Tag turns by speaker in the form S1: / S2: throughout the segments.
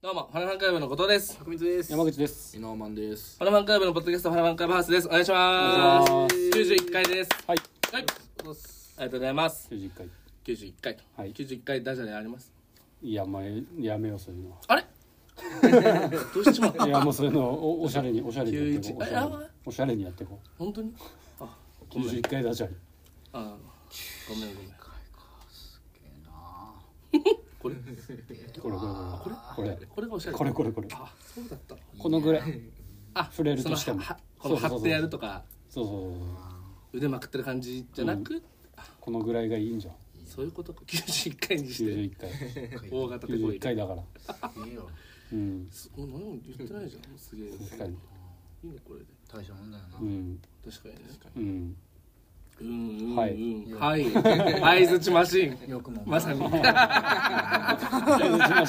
S1: どうも、ファナファンクラブの後藤です。
S2: 白水です。
S3: 山口です。
S2: イノーマンです。
S1: ファナファンクラブのポッドキャスト、ファナファンクラブハウスです。お願いしま
S3: お願い
S1: す。
S2: します
S1: 91回です。
S3: はい。
S1: はい。ありがとうございます。
S3: 九十回。
S1: 91回と。
S3: はい
S1: 91回ダジャレあります。
S3: いや、まあ、やめよう、そ ういうの
S1: あれどうしちまっ
S3: は。い
S1: た
S3: や、もう、そういうのを、お、おしゃれに、おしゃれにやっていこう。
S1: 91
S3: おしゃれにおしゃれにやっていこう。
S1: 本当にあ、ご
S3: 九
S1: め
S3: 十
S1: ん
S3: 一。回ダジャレ。
S1: あごめんごめん。これ
S3: これ、これ、これ、これ、
S1: これがおしゃれ。
S3: これ、これ、これ。
S1: あ、そうだった。
S3: このぐらい。
S1: あ、
S3: 触れるとしても
S1: そのはこの
S3: そうそうそう
S1: 貼ってやるとか、
S3: そうそうそうそう。
S1: 腕まくってる感じじゃなく、
S3: このぐらいがいいんじゃん。
S1: そういうことか。91回にし
S3: 九十
S1: て、
S3: 一回。
S1: 大型
S3: 九
S1: で
S3: 十
S1: こ
S3: 一回
S1: い。
S3: だから。
S2: いいよ。
S3: うん。
S1: すもう何も言ってないじゃん。すげえ。
S3: 確かに。
S1: いいねこれで
S2: 大したもんだよな
S3: う。ん。
S1: 確かにね
S3: うん。
S1: うんうん
S3: はい
S1: うんはい相づちマシーン
S2: よくも。
S1: まさに
S3: ライズ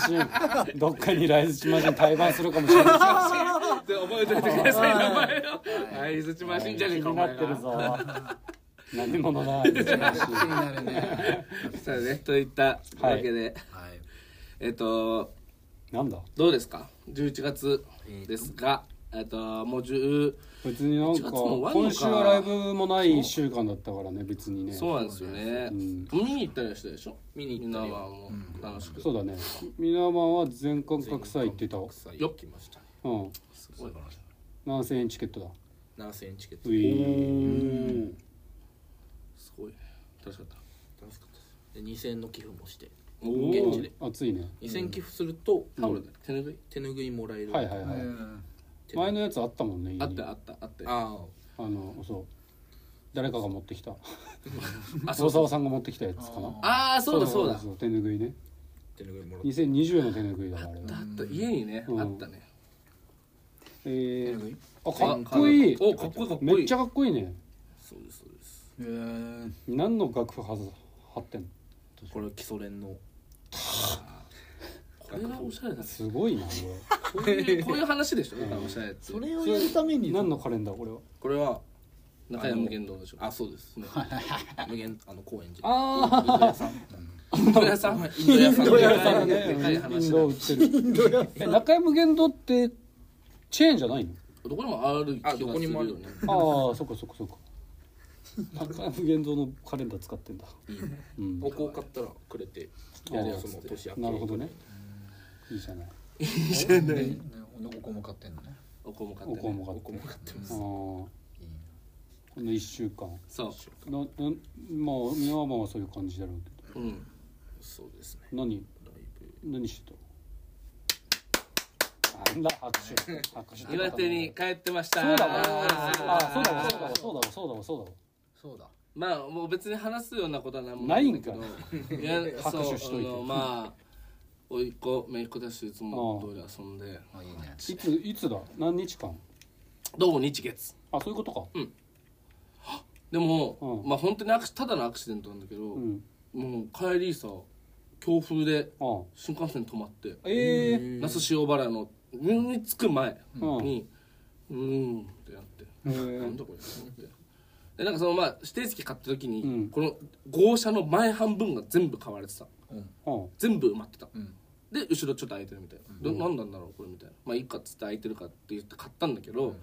S3: チマシン。どっかにライズチマシン対バンするかもしれない。
S1: で覚えておいてください名前を相づ ちマシーンじゃねえ
S3: 気
S1: かお
S3: にな
S1: 前
S3: ってる
S1: が
S3: ぞ。何者だ。ライズチマシン
S2: 気になるね。
S1: さあねといったわけで
S2: はい。
S1: えっと
S3: なんだ。
S1: どうですか11月ですがえっともう10
S3: 別になんか
S1: 1月も終わんのか
S3: 今週はライブもない1週間だったからね別にね
S1: そうなんですよね
S3: うん
S1: 見に行ったりしたでしょ
S2: 見に行った
S1: み
S2: り
S1: んなはもう楽しく
S3: そうだね皆マンは全館格差行ってたう
S1: よっ
S3: ん
S1: すごい
S3: 7000円チケットだ
S4: 7000円チケット
S3: うい
S1: すごいね楽しかった
S4: 楽しかったですで2000円の寄付もして
S1: お
S4: ー
S1: お
S4: 現地で
S3: 暑いね
S4: 2000円寄付すると
S1: タオルで手拭い
S4: 手ぬぐいもらえる
S3: はいはいはい
S2: うん。
S4: 手拭い
S3: 前のやつあったもんね家に
S1: あったあったあった
S4: ああ
S3: あのそう誰かが持ってきた
S1: あ
S3: 大沢さんが持ってきたやつかな
S1: ああそうだそうだ
S3: 手ぬぐいね
S4: 手ぬぐいもらって
S3: 2020の手ぬぐいだわあれ
S1: あ
S3: は
S1: った家にね、
S3: うん
S1: あったね
S3: えーあか
S1: あ
S3: っこいい
S1: おかっこいいかっこいい
S3: めっちゃかっこいいね
S4: そうですそうです
S2: えー。
S3: 何の楽譜はず貼ってんの
S4: これは基礎 練の
S1: これはおしゃれだ
S3: すごいなこ
S1: こういうこういう話でしょだからおしゃれって
S2: れをやるため
S3: れ
S2: に
S3: 何のカレンダーこれは
S4: これは
S1: 中山言動でしょ
S4: あそうです
S1: ね
S4: 無限あの高円寺
S3: あ
S4: インド屋さん
S1: インド屋さん
S4: インド屋さん
S1: ド
S3: ド
S1: 屋
S3: ヤ
S1: さん
S3: さんね
S1: でかい
S3: イ
S1: 話
S3: ン
S1: だ
S3: ド売ってるえ中山玄道ってチェーンじゃない
S1: どこにもある気が
S4: あ
S1: する
S4: どこにもある
S1: よ
S4: よ
S1: ね
S4: ね
S3: のああそっかそっかそっか中山玄道のカレンダー使ってんだうん
S4: お香買ったらくれて
S3: ああ
S4: やるやつも年明け
S3: なるほどねいいじゃない
S2: じゃない。ねおお子も買ってんのね。
S1: おこも買っ
S3: お
S1: て
S3: 香
S1: ね
S3: も買
S4: お
S3: って
S4: 香も買ってま
S3: あ
S4: す
S3: あこの1週間
S1: そ
S3: ななまあ美和マンはそういう感じだろうけ
S1: ううん
S4: そうですね
S3: ど何
S4: ライブ
S3: 何してたなんだ拍手拍手
S1: 岩手に帰ってました
S3: そうだわ。
S1: あ
S3: あ、そうだわ、そうだわ、そうだわ、そうだわ、そうだわ。
S2: そうだ。
S1: まあもう別に話すようなことは何もんだけど
S3: ない
S1: いや
S3: 拍
S1: そう
S3: 手しといて
S1: あのまあ甥いっ子姪っ子たちといつも通り遊んで
S2: あいいね。
S3: いつ、いつだ、何日間。
S1: 土日月
S3: あ、そういうことか。
S1: でも、
S3: うん
S1: まあ本当にアクシただのアクシデントなんだけど、
S3: うん。
S1: もう帰りさ強風で
S3: ああ。
S1: 新幹線止まって
S3: ええ
S1: 那須塩原の上に着く前
S3: うん。え
S1: にうーんってなって、な
S3: え
S1: んだこれと思ってでなんかそのまあ指定席買った時に、
S3: うん
S1: この号車の前半分が全部買われてた
S3: うん。
S1: 全部埋まってた
S2: うん。
S1: で後ろちょっと空いてるみたいな、ど何なんだろうこれみたいなまあいいかっつって空いてるかって言って買ったんだけど、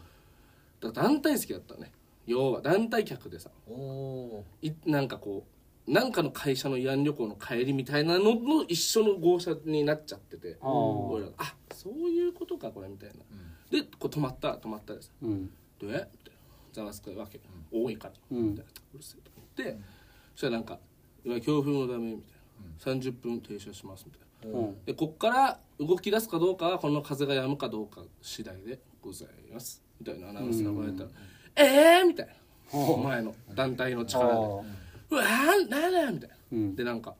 S1: だから団体席だったね要は団体客でさ
S2: おお
S1: いなんかこうなんかの会社の慰安旅行の帰りみたいなのの一緒の号車になっちゃってて
S3: あー
S1: 俺らあそういうことかこれみたいな、でこう止まった止まったでさ
S3: うん。
S1: 「で?」みたいなざわつくわけ、多いから、
S3: うん
S1: みたいなうるせえと思って、そしたらなんか「今強風のため」みたいな、30分停車します」みたいな
S3: うん。
S1: でこっから動き出すかどうかはこの風が止むかどうか次第でございますみたいなアナウンスが呼ばれたら「ええー!」みたいなお前の団体の
S3: あ
S1: 力で
S3: あ。
S1: 「うわーなんだ!」みたいな、
S3: うん
S1: でなんか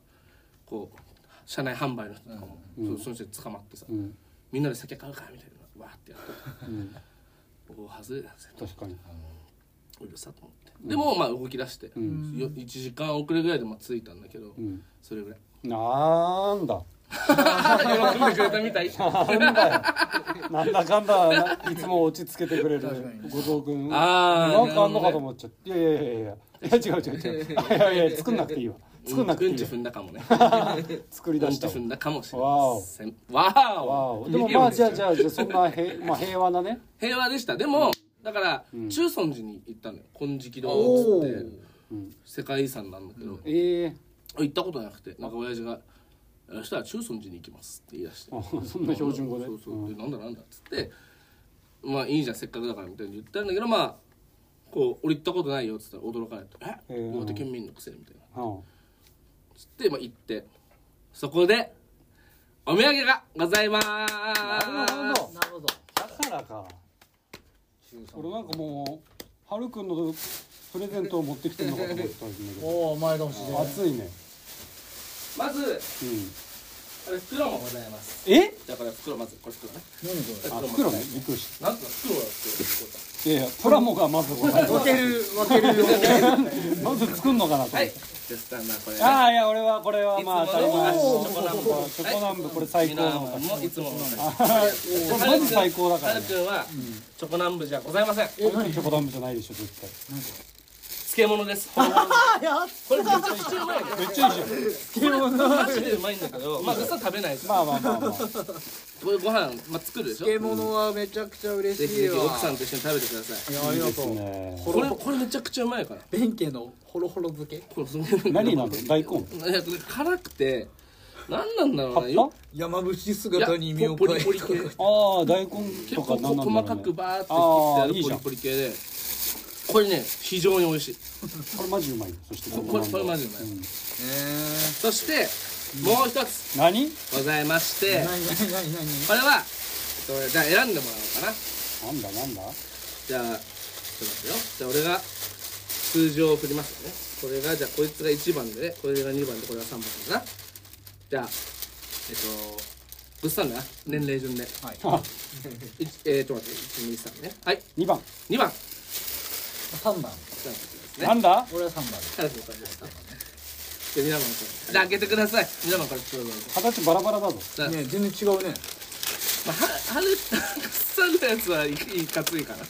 S1: こう車内販売の人とかも、そその人に捕まってさ、
S3: うん。
S1: みんなで酒買うかみたいなわーってやって
S3: うん。
S1: おはずれだぜ
S3: 確かに。
S1: うるさと思って、でもまあ動き出して、
S3: ん
S1: よ1時間遅れぐらいでまあ着いたんだけど、
S3: うん。
S1: それぐらい
S3: なんだ。
S1: 喜んでくれたみたい
S3: なんだよ。なんだかんだ、ないつも落ち着けてくれる
S2: 確かに。
S3: 後藤君。
S1: あー
S3: なんかあんのかと思っちゃって。いやいやいやいや。いや、違う違う違う。いやいやいや、作んなくていいわ。作んなくていい
S1: うん
S3: よ
S1: ち踏んだかもね
S3: 作
S1: う
S3: り
S1: ん
S3: 出し
S1: ち
S3: た
S1: 踏んだかもしれ
S3: わ
S1: ま
S3: お
S1: せんわ
S3: わ
S1: お
S3: おでもまあじゃあじゃあじゃあそんなへ、まあ、平和なね
S1: 平和でしたでもだから
S3: うん
S1: 中尊寺に行ったのよ金色堂っつって
S3: うん
S1: 世界遺産なんだけど
S3: ええ
S1: 行ったことなくてなんか親父が「そしたら中尊寺に行きます」って言い出して
S3: あそんな標準語で
S1: そうそう
S3: う
S1: で
S3: ん
S1: なんだなんだっつって「まあいいじゃんせっかくだから」みたいに言ったんだけどまあこう「俺行ったことないよ」っつったら驚かれて「え
S3: えー
S1: 岩手県民のくせ」みたいな
S3: は
S1: つって、まあ、行ってそこでお土産がございます
S3: あなるほど
S2: なるほど。
S3: だからか俺なんかもうはるくんのプレゼントを持ってきてんのかと思ったんだけ
S2: お
S3: ど
S2: お、前が欲しいね。
S3: 熱いね、
S1: まず
S3: うん、
S1: あれ袋も
S2: ございます。
S3: え
S1: だから袋まずこれ袋ね
S2: 何こ
S3: あ袋ねびっくりし
S1: なんつうの袋だって
S3: たいやいやプラモがまずこれ
S2: れ。分ける、分けるよ。
S3: まず作んのかなと
S1: は
S3: 思
S1: いで
S3: って、
S1: スタンダーこれね
S3: ああいや俺はこれはい
S1: つ
S3: ま
S1: も
S3: あ当たり前
S1: の
S3: チョコナンバチョコナンバこれ最高なのか
S1: ミラーマンもいつもの
S3: これマジ最高だから
S1: は
S3: ね
S1: るくんはチョコ南部じゃございません
S3: チョコナンバじゃないでしょ絶対
S1: 漬物です
S2: いや、
S1: これめちゃくちゃうまい
S3: めっちゃいいじゃん
S1: マジでうまいんだけどまあ実は食べないです
S3: まあまあまあまあ
S1: これご飯まあ作るでしょぜ
S5: 漬物はめちゃくちゃ嬉
S1: ひ
S5: しい
S1: ぜひ
S5: わ
S1: 奥さんと一緒に食べてください
S2: いやありがとう。
S3: ね
S1: これこれめちゃくちゃうまいから
S5: 弁慶のホロホロ漬け
S1: これすごい
S3: 何なの大根
S1: いや辛くて何なんだろうね
S3: 葉っ
S1: よ
S5: 山伏
S1: いや
S5: 姿に身を
S1: ポ
S5: 変え
S1: リポリ系
S3: ぱああ大根
S1: 結
S3: とか
S1: 構
S3: 何なん
S1: 細
S3: だろ
S1: か
S3: うね
S1: くバーって
S3: ああ
S1: 切っ
S3: いい
S1: てあ
S3: じゃん
S1: るポリポリ系でこれね非常に美味しい
S3: これマジうまいよそして
S1: ここれこれマジうまい
S3: ん
S5: え
S1: そしてもう一つ
S3: 何
S1: ございまして
S2: 何、何、何、何。
S1: これはえっとじゃあ選んでもらおうかな
S3: なんだなんだ
S1: じゃあちょっと待ってよじゃあ俺が数字を振りますよねこれがじゃあこいつが1番でこれが2番でこれが3番だなじゃあえっとぐっさんだな年齢順で
S2: はい。
S1: いちえー、ちょっと待って123ねはい
S3: 二番
S1: 2番じゃあで
S2: 三番。
S1: すね
S3: なんだ
S2: 俺は三番。
S1: カラスの感じですじゃあ2番からじゃあ開けてください2番からちょうど
S3: 形バラバラだぞ
S1: じゃあ、
S5: ね全然違うね
S1: まあ、ははるぐっさんのやつはいいいかついかな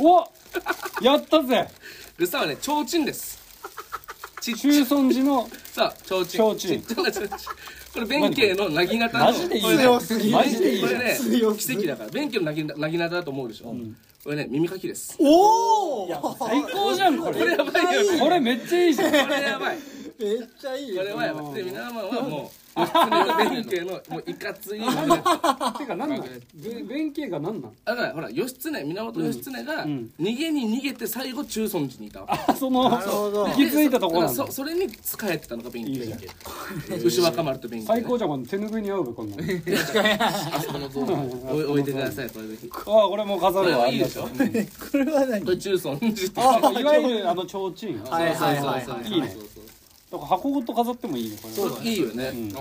S3: おやったぜ
S1: ぐっさんはね提灯ですちっちゃい
S3: 中尊寺の
S1: さあ、ちょうちん。
S3: 提灯
S1: ちっちゃなちょうちんこれ、弁慶のなぎなたの。
S3: マジでいい
S1: これね
S3: 強すぎるマジでいいじゃん
S1: これね、
S2: 強す
S1: 奇跡だから。弁慶のなぎなぎなただと思うでしょ。これね、耳かきです。こ
S2: おお。
S3: 最高じゃんこ
S1: れ
S3: れ
S1: やばいよね。
S3: これめっちゃいいじゃん
S1: これやばい。こ
S2: めっちゃいいよ。
S1: れはやばい。で、皆様はもう、義経の弁慶の、もういかつい。だ
S3: てかなんなんべ弁慶がなん な
S1: か
S3: ん
S1: ら、ほら、義経、源義経が、
S3: うんうん
S1: 逃げに逃げて、最後、中尊寺にいたわけ。
S3: あその
S5: なるほど
S3: 行き着いたとこなんだ
S1: そそれに仕えてたのが弁
S3: いい
S1: 慶
S3: じゃん
S1: だけ牛若丸と弁慶ね
S3: 最高じゃんこの手拭いに合うべこんなの
S4: あそこのゾーン
S1: おい置いてくださいこれぜひこ
S3: ああこれもう飾る
S1: れ
S3: わ
S1: はいいでしょ
S2: これは何。
S1: これ中尊寺って
S3: いわゆるあの提灯
S2: はいはいはい
S1: そうそうそう
S2: はい。
S3: いいねだから箱ごと飾ってもいいねこれ
S1: そういいよね、
S3: ん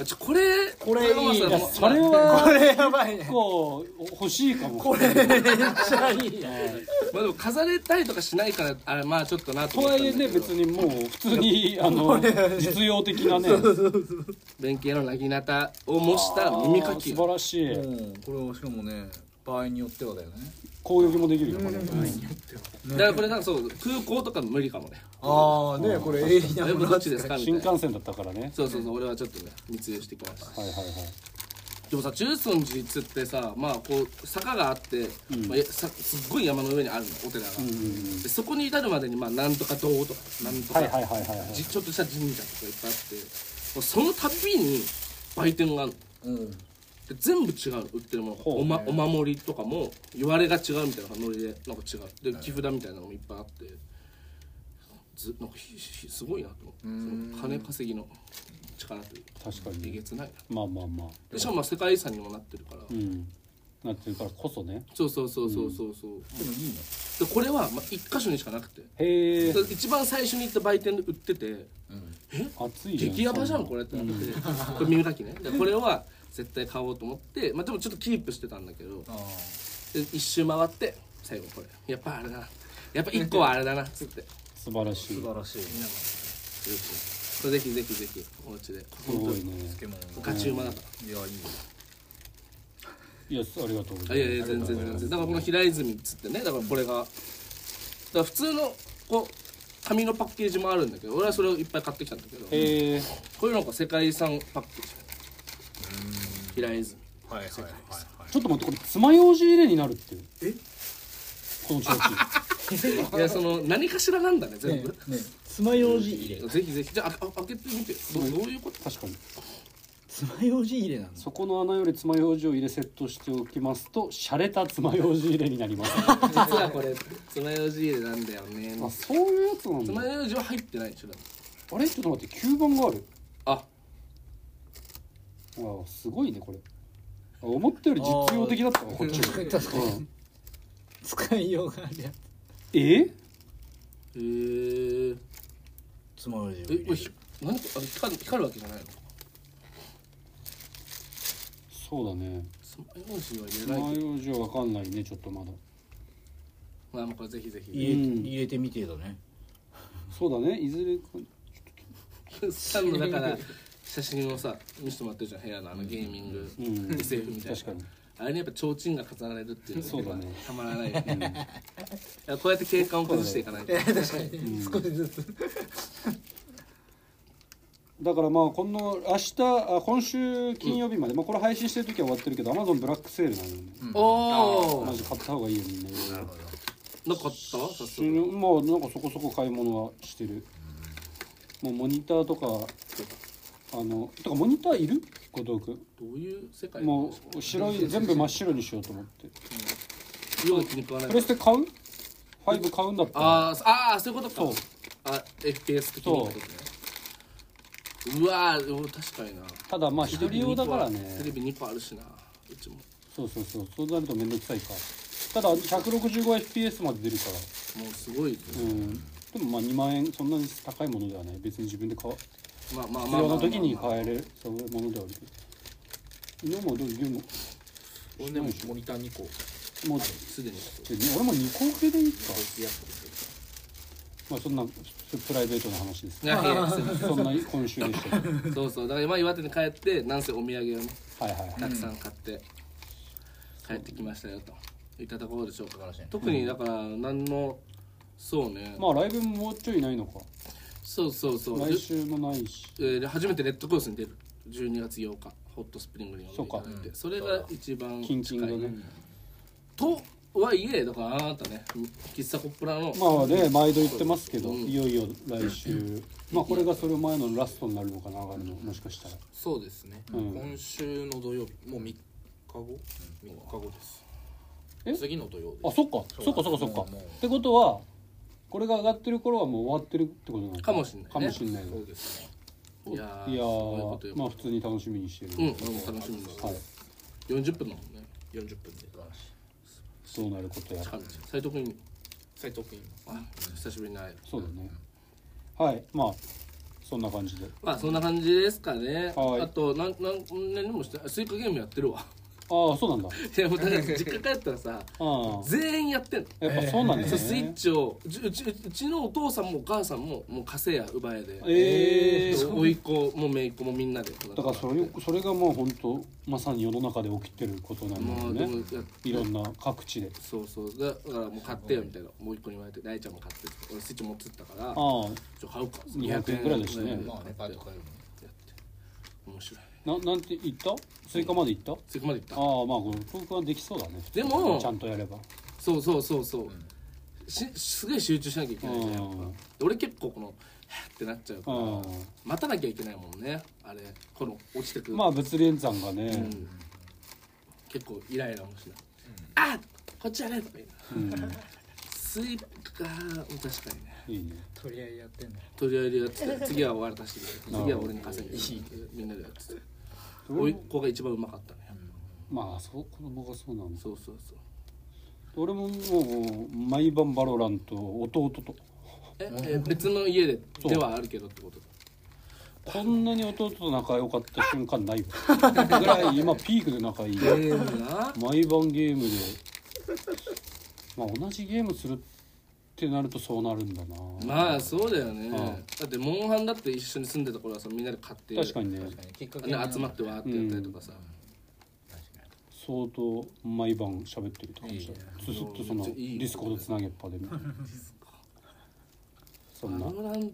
S1: あちょこれ
S2: これいい
S1: まあまあ
S2: いや
S1: まあ
S3: それは
S2: これやばい
S3: 結
S2: ね。
S3: 構欲しいかも
S2: これめっちゃいいね。
S1: まあでも飾れたりとかしないからあれまあちょっとなと
S3: と
S1: 思っ
S3: は
S1: たん
S3: い
S1: だ
S3: え
S1: けど
S3: ね別にもう普通 にあの実用的なね
S1: 弁慶のなぎなたを模した耳かき
S3: あー素晴らし
S5: う
S3: い
S5: んこれはしかもね場合によってはだよね
S3: 攻撃もできるよこれ
S1: だからこれなんかそう空港とか無理かもね
S5: ああねこれ鋭利
S1: や
S5: な
S1: っぱ
S5: も
S1: ど
S5: の
S1: っちですかみたい
S3: 新
S1: な
S3: 幹線だったからね
S1: そうそうそう俺はちょっとね密輸してきました
S3: はいはいはい
S1: でもさ中尊寺っつってさまあこう坂があって、まあ、やさすっごい山の上にあるのお寺が、
S3: うんうんうん
S1: でそこに至るまでにまあなんとか堂とかなんとか、
S3: はいはいはいはいはい
S1: じちょっとした神社とかいっぱいあってもうその度に売店があるの
S5: うん
S1: で全部違う売ってるものが
S3: ほう
S1: お,、ま、お守りとかも言われが違うみたいなノリでなんか違うで木札みたいなのもいっぱいあってずなんかひひすごいなと思ってその金稼ぎの力という
S3: 確か
S1: え
S3: に
S1: げつないな
S3: まあまあまあ
S1: でしかもまあ世界遺産にもなってるから、
S3: うんなってるからこそね
S1: そうそうそうそうそうそう、
S5: でもいいね
S1: でこれはまあ一箇所にしかなくて
S3: へえ
S1: で一番最初に行った売店で売ってて
S3: 熱いじゃん
S1: 激ヤバじゃんこれってなって、これ耳かきねでこれは絶対買おうと思って、まあ、でもちょっとキープしてたんだけど
S5: あ
S1: で一周回って最後これやっぱあれだなやっぱ一個はあれだなっつって
S3: 素晴らしい
S5: 素晴らしい
S1: これぜひぜひぜひお家です
S3: ごいね
S5: 漬物
S1: ガチうまだか
S5: いやいいね
S3: いやありがとうござ
S1: らいやい
S3: い
S1: や
S3: ます
S1: 全然全然だからこの平泉っつってねだからこれがだから普通のこう紙のパッケージもあるんだけど俺はそれをいっぱい買ってきたんだけど
S3: えー、
S1: これなんか世界遺産パッケージ平泉
S5: はいはいはいはい
S3: ちょっと待ってこれ爪楊枝入れになるって
S5: え
S3: この調子
S1: いやその何かしらなんだね全部、
S5: ね
S2: 爪楊枝入れ
S1: ぜひぜひじゃああ開けてみてどうどういうこと
S3: 確かに
S2: 爪楊枝入れなんだ
S3: そこの穴より爪楊枝を入れセットしておきますと洒落た爪楊枝入れになります あ
S1: 実はこれ爪楊枝入れなんだよね
S3: そういうやつなん
S1: 爪
S3: だ
S1: 楊枝は入ってないでしょだって
S3: あれちょっと待って吸盤がある
S1: あ
S3: わあすごいねこれあ思ったより実用的だったわこっちも、
S2: 確かに
S3: うん
S2: 使いようがあるや
S3: えー、
S1: へえー、
S5: つまらじを
S1: え
S5: 入
S1: これ
S5: れ
S1: ひ
S5: る
S1: 何かあ光る光るわけじゃないの
S3: そうだね
S1: 爪楊枝は入れ
S3: 爪
S1: ないけど
S3: 楊枝は分かんないねちょっとまだ
S1: まあまあこれぜひぜひ
S5: 入れ
S3: うん
S5: 入れてみてえだね
S3: そうだねいずれか
S1: スタンのだから写真をさ見せてもらってるじゃん部屋のあのゲーミング、
S3: うん
S1: SF みたいな
S3: 確かに
S1: あれにやっぱ提灯が飾られるっていうのが
S3: そうだね
S1: たまらないよね、いやこうやって景観を崩していかないと
S5: 少しずつ
S3: だからまあこの明日あ今週金曜日まで、まあこれ配信してる時は終わってるけど Amazon ブラックセールなのよね、
S1: おお
S3: マジ買った方がいいよみんな
S5: なるほど
S1: なかった早
S3: 普通
S1: 速
S3: にまあなんかそこそこ買い物はしてる、もうモニターとかあのてかモニターいる後藤君
S1: どういう世界
S3: もう白い全部真っ白にしようと思って
S1: うよう気に食わない
S3: プレステ買う ?5 買うんだったら
S1: あーあーそういうこと
S3: そ
S1: か
S3: う
S1: あ FPS 的にってことねうわーでも確かにな
S3: ただまあ一人用だから
S1: テレ
S3: ね
S1: ビ2個あるしなうちも
S3: そうそうそうそうなると面倒くさいかただ 165fps まで出るから
S1: もうすごいね
S3: うんでもまあ2万円そんなに高いものではない別に自分で買う
S1: まあまあ
S3: 必
S1: まあ
S3: 要
S1: ま
S3: な
S1: あ
S3: 時に
S1: まあまあ
S3: 買えるそういうものではあるけどでもでもでも
S4: 俺ねもうモニター2個
S3: もう
S1: すでにちょっ
S3: で俺も二個系でいいか
S1: と別役ですけど
S3: まあそんなそプライベートな話です
S1: いやいやすいま
S3: そんな 今週でしたけど
S1: せ んそうそうだから今岩手に帰ってなんせお土産をね
S3: はいはいはい
S1: たくさん買って帰ってきましたよといただこうでしょうか
S5: 素晴らしいね
S1: 特にだから何のそうね
S3: まあライブももうちょいないのか
S1: そうそうそう
S3: 来週もないし
S1: えーで初めてレッドクロスに出る12月8日ホットスプリングに呼んでいただいてそれが一番
S3: キンキ
S1: 近
S3: ンが
S1: い
S3: ね
S1: とはいえだからあなたね喫茶コップラの
S3: まあね毎度言ってますけど
S1: うん
S3: いよいよ来週まあこれがそれ前のラストになるのかな上がるのもしかしたら
S4: そうですね、
S3: うん
S4: 今週の土曜日もう3日後3日後です
S3: え
S4: 次の土曜日
S3: あそっかそっかそっかそっか
S5: もうもう
S3: ってことはこれが上がってる頃はもう終わってるってことなの
S1: かもしれないね
S3: かもしれない
S4: そうですね
S1: いやー
S3: いや
S1: そういうことよ
S3: ーまあ普通に楽しみにしてる、
S1: うん
S3: はい
S1: 俺も楽しみです40分だもんね
S4: 40分で
S3: そうなることや
S1: 近道斎藤君に
S4: 斉藤君
S1: あ久しぶりに会える
S3: そうだねはいまあそんな感じで
S1: まあそんな感じですかね
S3: はい
S1: あとなんなん何もしてあスイカゲームやってるわ
S3: ああそうなんだ
S1: いやもうだから実家帰ったら さ
S3: あ
S1: 全員やってんの
S3: あやっぱそうなんだ
S1: そう
S3: ね
S1: スイッチをうちうちうちのお父さんもお母さんももう稼いや奪えで
S3: ええ
S1: 甥っ子も姪っ子もみんなで
S3: だからそれそれがもう本当まさに世の中で起きてることなんだ
S1: ま
S3: よ
S1: あでも
S3: ね
S1: や
S3: いろんな各地で
S1: そうそうだだからもう買ってよみたいなもう一個に言われて大ちゃんも買って俺スイッチ持ってったから
S3: ああ
S1: ちょ買うか
S3: 200円ぐらいだしね
S1: 200円
S5: まあねパ
S1: 買っ
S5: ッ
S1: て
S5: と買えるもんね
S1: やって面白い
S3: ななんて言ったスイカまで行った、
S1: そこまでいった
S3: ああまあこれ僕はできそうだね
S1: でも
S3: ちゃんとやれば
S1: そうそうそうそう、しすげえ集中しなきゃいけ
S3: う
S1: ないじゃんやっ
S3: ん
S1: ぱで俺結構このはぁってなっちゃうから
S3: うん
S1: 待たなきゃいけないもんねあれこの落ちてくる
S3: まあ物理演算がね、
S1: うん結構イライラもしない、あこっちやれとか言うスイカー確かにね
S3: いいね
S5: 取り合いやってんだ
S1: とりあえずやってて次は俺たしで
S3: なるほど
S1: 次は俺に稼ぐみんなでやってておいっ子が一番うまかったね
S3: まあそう子供がそうなんです
S1: そうそうそう
S3: 俺ももう毎晩バロランと弟と
S1: ええ別の家で
S3: そう
S1: ではあるけどってこと
S3: こんなに弟と仲良かった瞬間ないわぐらい今ピークで仲いい
S1: ゲームな
S3: 毎晩ゲームでまあ同じゲームするってなるとそうなるんだな
S1: まあそうだよね
S3: うん
S1: だってモンハンだって一緒に住んでた頃はさみんなで買って
S3: 確かにね
S5: 確かにきっかけ
S1: ね集まってわーってやったりとかさ
S3: 相当毎晩喋ってるって感じだ
S5: いいね
S3: ずっとその
S1: め
S3: デ
S1: っちゃいい
S3: ィスコードつなげっぱでそんな、
S1: バ
S3: うん、
S1: ロラントね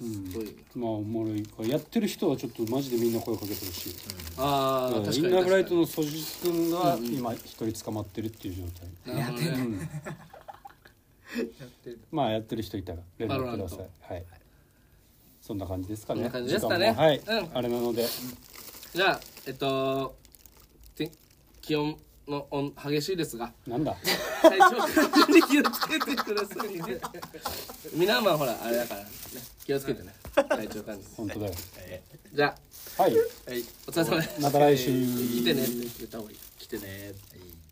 S3: うん
S1: すごいな
S3: まあおもろいからやってる人はちょっとマジでみんな声かけてほしい
S1: あ
S3: う
S1: あ
S3: ん
S1: 確
S3: イ
S1: か
S3: ン
S1: に
S3: ナーフライ
S1: 確
S3: ト
S1: かに
S3: のソジ君が
S1: うんうん
S3: 今一人捕まってるっていう状態、
S1: なるほど
S3: う
S1: ね
S3: ん
S5: やってる
S3: まあやってる人いたら連
S1: バロ
S3: 絡
S1: ラン
S3: く
S1: ト
S3: ださいはいそんな感じですか
S1: そん
S3: ね
S1: な感じですかね
S3: 時間もはい、
S1: うん
S3: あれなので
S1: じゃあえっとて気温の温激しいですが
S3: な んだ
S1: 体調管理に気をつけてくださいね皆はほらあれだからね気をつけてね体調管理
S3: 本当だよ
S1: じゃあ
S3: はい
S1: お疲れ様です
S3: また来週
S1: 来てねって言った方がいい
S4: 来てねーって。